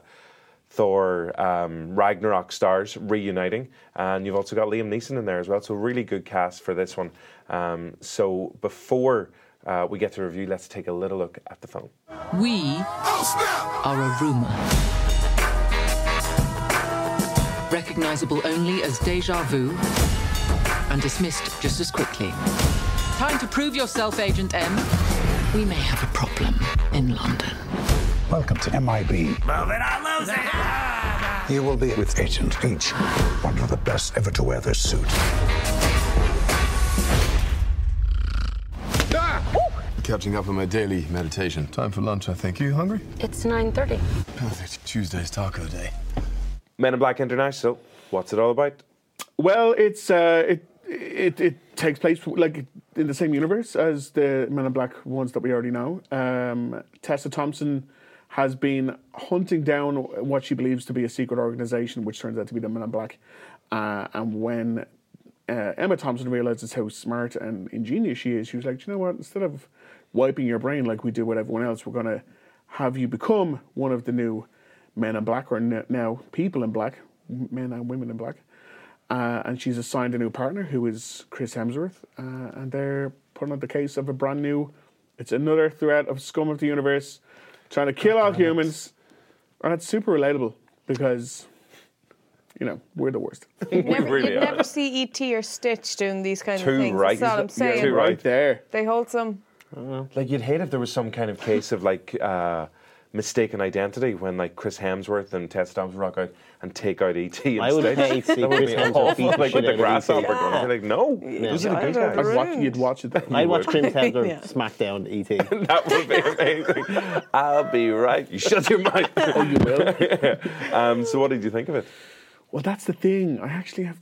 Thor um, Ragnarok stars reuniting. And you've also got Liam Neeson in there as well. So, really good cast for this one. Um, so, before uh, we get to review, let's take a little look at the film. We are a rumor. Recognizable only as deja vu and dismissed just as quickly. Time to prove yourself, Agent M. We may have a problem in London. Welcome to MIB. You will be with Agent H, one of the best ever to wear this suit. Catching up on my daily meditation. Time for lunch, I think. You hungry? It's 9.30. Perfect. Tuesday's taco day. Men in Black International, what's it all about? Well, it's uh, it, it it takes place like in the same universe as the Men in Black ones that we already know. Um, Tessa Thompson has been hunting down what she believes to be a secret organization, which turns out to be the Men in Black. Uh, and when uh, Emma Thompson realizes how smart and ingenious she is, she was like, "Do you know what? Instead of wiping your brain like we do with everyone else, we're gonna have you become one of the new Men in Black, or n- now people in black, men and women in black." uh, and she's assigned a new partner who is Chris Hemsworth, uh, and they're putting up the case of a brand new. It's another threat of scum of the universe, trying to Oh, kill all humans, and it's super relatable because, you know, we're the worst. You'd never, really you'd are. never see ET or Stitch doing these kind of Too things. right. That's all I'm saying. Too right there. They hold some. Like you'd hate if there was some kind of case of like uh, mistaken identity when like Chris Hemsworth and Ted Thompson rock out and take out ET. I would instead. hate to see That would Chris be Hemsworth beat awful. the Like with shit out the of E grasshopper ET. going. You're like, no, those are the good I'd guys. watch, you'd watch it. then. I'd watch Chris Hemsworth Yeah. smack down E ET. That would be amazing. I'll be right. You shut your mouth. oh, you will. um, so, what did you think of it? Well, that's the thing. I actually have.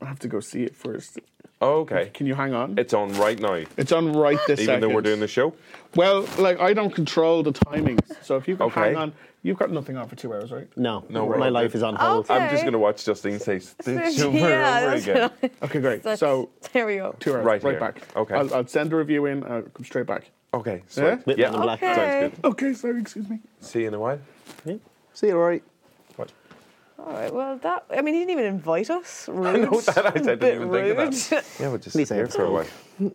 I have to go see it first. Oh, Okay, Can you hang on? it's on right now, It's on right this even second. though we're doing the show. Well, like I don't control the timings, so if you can Okay. hang on, you've got nothing on for two hours, right? No, No, we're my all life good. is on hold. Okay. I'm just gonna watch Justine say stitch Yeah, over and over that's again. Okay, great. That's, so there we go. two hours, Right right, here. back. Okay. I'll, I'll send the review in. I'll come straight back. Okay, sweet. With yeah, Men in Black. sounds good. Okay, sorry, excuse me. See you in a while. See you, Rory. What? All right. Well, that. I mean, he didn't even invite us. Rude. I know that. I didn't Bit even think rude. of that. Yeah, we'll just Lisa, sit here for a while.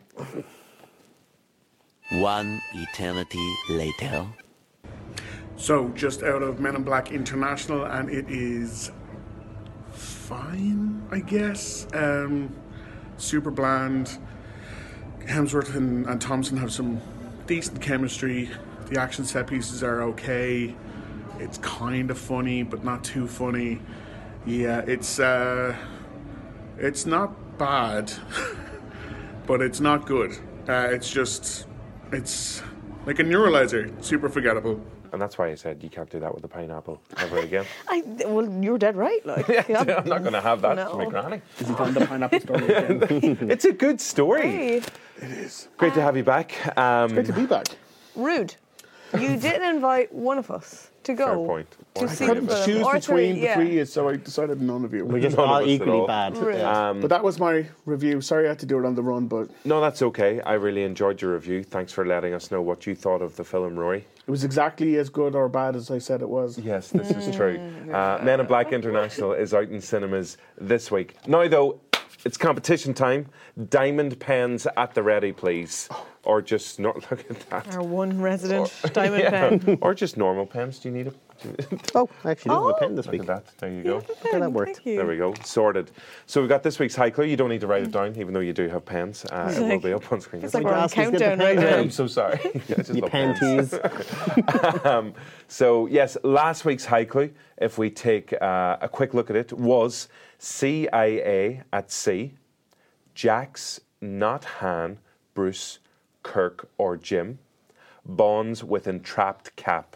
One eternity later. So just out of Men in Black International, and it is fine, I guess. Um, super bland. Hemsworth and, and Thompson have some decent chemistry. The action set pieces are okay. It's kind of funny, but not too funny. Yeah, it's uh, it's not bad, but it's not good. Uh, it's just it's Like a neuralizer, super forgettable. And that's why I said you can't do that with a pineapple ever again. I, well, you're dead right. Like, yeah, I'm not going to have that No. for my granny. Is it on the pineapple story again? it's a good story. It is. Great to have you back. Um, Great to be back. Rude. You didn't invite one of us to go. Fair point. To I see couldn't them. choose Or between the yeah. three, years, so I decided none of you. We're just None of all us at equally all. bad. Really? Um, but that was my review. Sorry I had to do it on the run, but No, that's okay. I really enjoyed your review. Thanks for letting us know what you thought of the film, Rory. it was exactly as good or bad as I said it was. Yes, this is true. Uh, Men in Black International is out in cinemas this week. Now, though, it's competition time. Diamond pens at the ready, please. Or just not look at that. Our one resident diamond Yeah. pen. or just normal pens. Do you need them? Oh, I actually don't have a pen this Look week. at that. There you go. Okay, that worked. you. There we go. Sorted. So we've got this week's high clue. You don't need to write it down, even though you do have pens. Uh, It's it will like- be up on screen. it's like we're on countdown right now. I'm so sorry. I just Your love um, so yes, last week's high clue, if we take uh, a quick look at it, was CIA at sea, Jax, not Han, Bruce, Kirk, or Jim, bonds with entrapped Cap.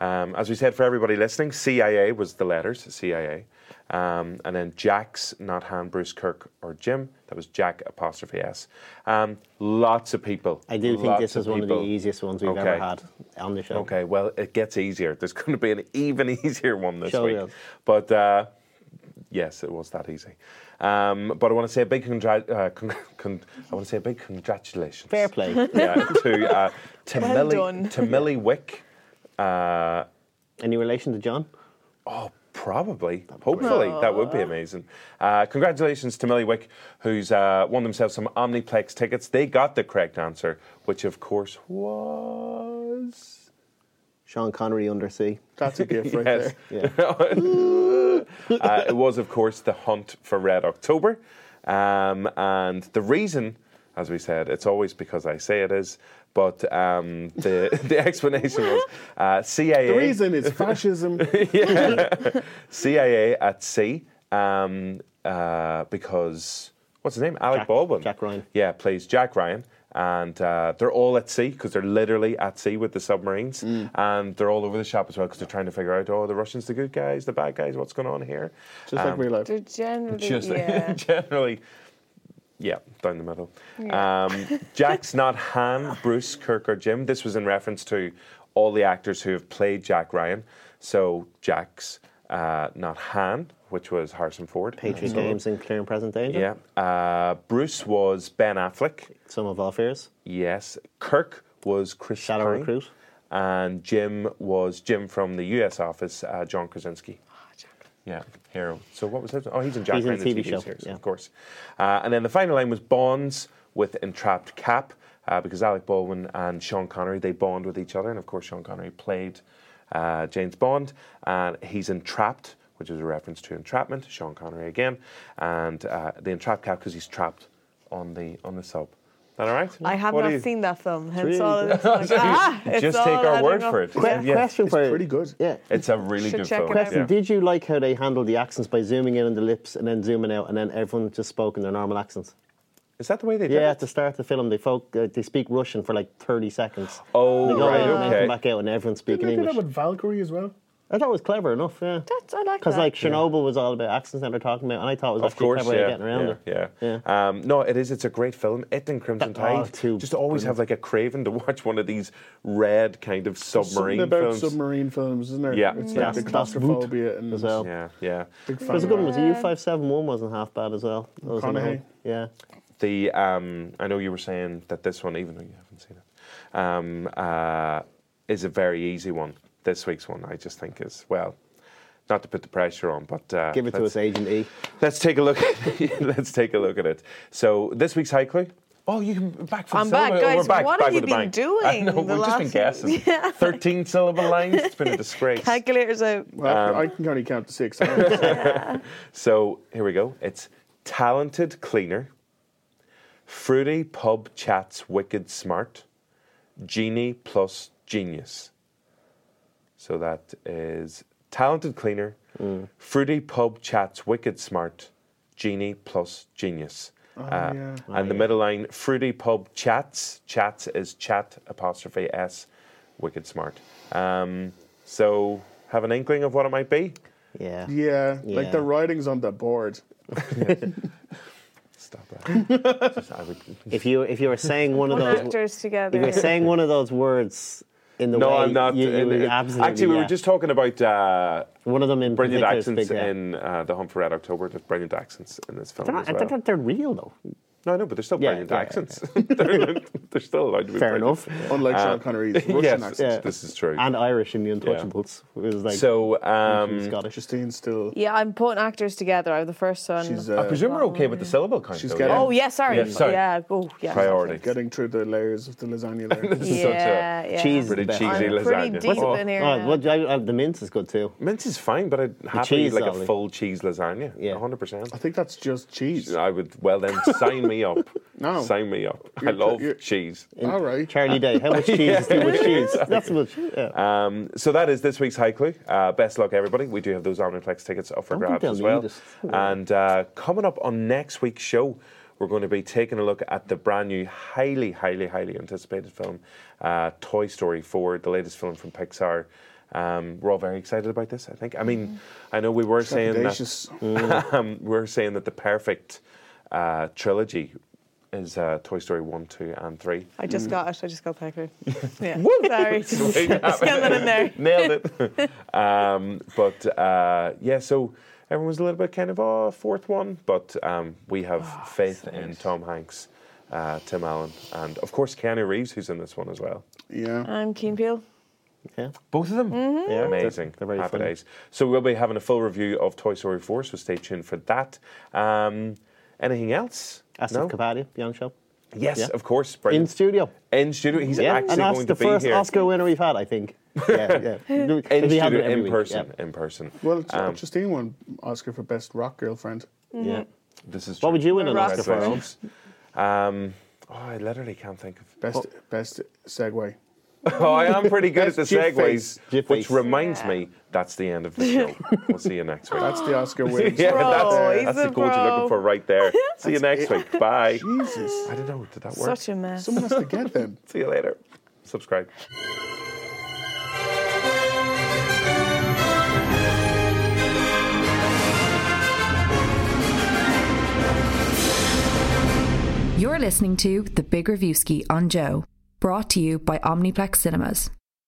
Um, as we said for everybody listening, CIA was the letters CIA, um, and then Jax, not Han, Bruce, Kirk, or Jim. That was Jack apostrophe S. Um, lots of people. I do think lots this was one of the people. easiest ones we've Okay. ever had on the show. Okay, well, it gets easier. There's going to be an even easier one this Sure week. will. But uh, yes, it was that easy. Um, but I want to say a big congra- uh, con- con- I want to say a big congratulations. Fair play. yeah, to uh, to Well Millie done. to Millie Wick. Uh, Any relation to John? Oh, probably. Hopefully, that would be amazing. Uh, congratulations to Millie Wick, who's uh, won themselves some Omniplex tickets. They got the correct answer, which of course was. Sean Connery under sea. That's a gift right Yes. there. Uh, it was, of course, the hunt for Red October. Um, and the reason, as we said, it's always because I say it is, but um, the, the explanation was uh, CIA. The reason is fascism. Yeah. CIA at sea um, uh, because what's his name? Alec Baldwin. Jack Ryan. Yeah, plays Jack Ryan. And uh, they're all at sea because they're literally at sea with the submarines, and they're all over the shop as well because they're trying to figure out, oh, the Russians, the good guys, the bad guys, what's going on here? Just like real life. They're generally, Just yeah. generally, yeah, down the middle. Um, Jack's not Han, Bruce, Kirk, or Jim. This was in reference to all the actors who have played Jack Ryan. So Jack's uh, not Han, which was Harrison Ford. Patriot So- Games and Clear and Present Danger. Yeah. Uh, Bruce was Ben Affleck. Some of all fears. Yes. Kirk was Chris Shadow Pine. Recruit. And Jim was Jim from the US office, uh, John Krasinski. Yeah, hero. So what was that? Oh, he's in Jack He's in Ryan, the TV show, series, yeah. of course. Uh, and then the final line was bonds with entrapped Cap, uh, because Alec Baldwin and Sean Connery they bond with each other, and of course Sean Connery played uh, James Bond, and he's entrapped, which is a reference to entrapment. Sean Connery again, and uh, the entrapped Cap because he's trapped on the on the sub. Is that all right? I have What do not you- seen that film. Hence really all of this. good. Like, ah, it's Just all take our adding word up. for it. Que- Yeah. Question for you. Pretty good. Yeah. It's a really Should good check film. it out. Question: yeah. Did you like how they handled the accents by zooming in on the lips and then zooming out, and then everyone just spoke in their normal accents? Is that the way they did Yeah, it? at the start of the film, they folk, uh, they speak Russian for like thirty seconds. Oh, they go right, in and then okay. come back out, and everyone's Didn't speaking they do that English. with Valkyrie as well? I thought it was clever enough. Yeah, That's, I like because that. like Chernobyl was all about accents that they're talking about, and I thought it was Of actually course, a clever way yeah, of getting around yeah, it. yeah. Um, no, it is. It's a great film. It and Crimson That- oh, Tide. too just always have like a craving to watch one of these red kind of submarine Something about films. submarine films, isn't there? Yeah. It's Yeah. like the Das claustrophobia and as well. yeah, yeah. Big fan There's a of good one. that. Was U five seven one wasn't half bad as well. That was another McConaughey. one. Yeah, The um, I know you were saying that this one, even though you haven't seen it, um, uh, is a very easy one. This week's one, I just think, is well, not to put the pressure on, but uh, give it to let's- us, Agent E. Let's take a look. Let's take a look at it. So this week's high clue. Oh, you can back from I'm syllable. back, oh, guys. We're back, What back have you with been a bang. doing I know, the we've just been last- guessing. Thirteen syllable lines. It's been a disgrace. Calculators out. Well, I can only count to six. I don't know. So here we go. It's talented cleaner, fruity pub chats wicked smart, genie plus genius. So that is talented cleaner, fruity pub chats wicked smart, genie plus genius. uh, and the middle line, Fruity Pub Chats. Chats is chat apostrophe S. Wicked smart. Um, so have an inkling of what it might be. Yeah. Yeah, like Yeah. the writing's on the board. if you if you were saying one of One those actors if together. you were saying one of those words in the no, way, I'm not. You, you and would it- absolutely, actually, we yeah. were just talking about uh, one of them in brilliant particular is accents big, yeah. in uh, the Hunt for Red October. There's brilliant accents in this film They're as not, I well. don't think they're real though. No, I know, but they're still Yeah, brilliant yeah, accents. they're, they're still allowed to be Fair brilliant. enough. Unlike Sean Connery's Russian yes, accent. it's- Yeah. this is true. And Irish in the Yeah. Untouchables. It was like oh, so, um, Scottish. Justine still. Yeah, I'm putting actors together. I'm the first one. I presume we're okay with the syllable count. She's though, getting- Oh yeah, sorry. Yeah, oh yeah. Priority. Getting through the layers of the lasagna there. This is such a Yeah, yeah. cheese Pretty is the best. cheesy I'm pretty lasagna. deep What's- in here oh, now. what- I- I- the mince is good too. Mince is fine, but I'd happily cheese eat like lovely. a full cheese lasagna. Yeah, 100%. I think that's just cheese. I would, well then, sign me up. No. Sign me up. I You're- love you're- cheese. All right. Charlie Day. How much cheese is too much cheese? That's much. Yeah. Um, so that is this week's High Clue. Uh, best luck, everybody. We do have those Omniplex tickets up for Don't think grabs as they'll well. need us. And uh, coming up on next week's show, we're going to be taking a look at the brand new, highly, highly, highly anticipated film, uh, Toy Story 4, the latest film from Pixar. Um, we're all very excited about this. I think. I mean, I know we were saying Trepidatious. that um, we we're saying that the perfect uh, trilogy is uh, Toy Story 1, 2, and 3. I just got it. I just got packed. Yeah. Sorry. Just Sweet. scamming in there. Nailed it. um, but uh, yeah, so everyone was a little bit kind of a oh, fourth one, but um, we have Ah, faith in Tom Hanks, uh, Tim Allen, and of course Keanu Reeves, who's in this one as well. Yeah. And Keen Peel. Yeah. Both of them? Yeah. Amazing. They're very Happy funny. days. So we'll be having a full review of Toy Story 4, so stay tuned for that. Um, anything else? Asif Kapadia, Beyond Show. Yes, Yeah. of course. In brilliant. studio. In studio, he's yeah. actually and that's going the to be first here. Oscar winner we've had, I think. Yeah, yeah. in We have studio, it every in week, person, yeah. in person. Well, it's Um, Justine won Oscar for Best Rock Girlfriend. Yeah. This is What true. would you win an Oscar for, Owen? Congratulations. Um, oh, I literally can't think of Best best segue. Oh, I am pretty good at the Best jib segues, face. which reminds me that's the end of the show. we'll see you next week. That's the Oscar win. yeah, Bro, that's, he's that's a the gold you're bro. looking for right there. see you That's next it. week. Bye. Jesus. I don't know. Did that work? Such a mess. Someone has to get them. see you later. Subscribe. You're listening to The Big Reviewski on Joe, brought to you by Omniplex Cinemas.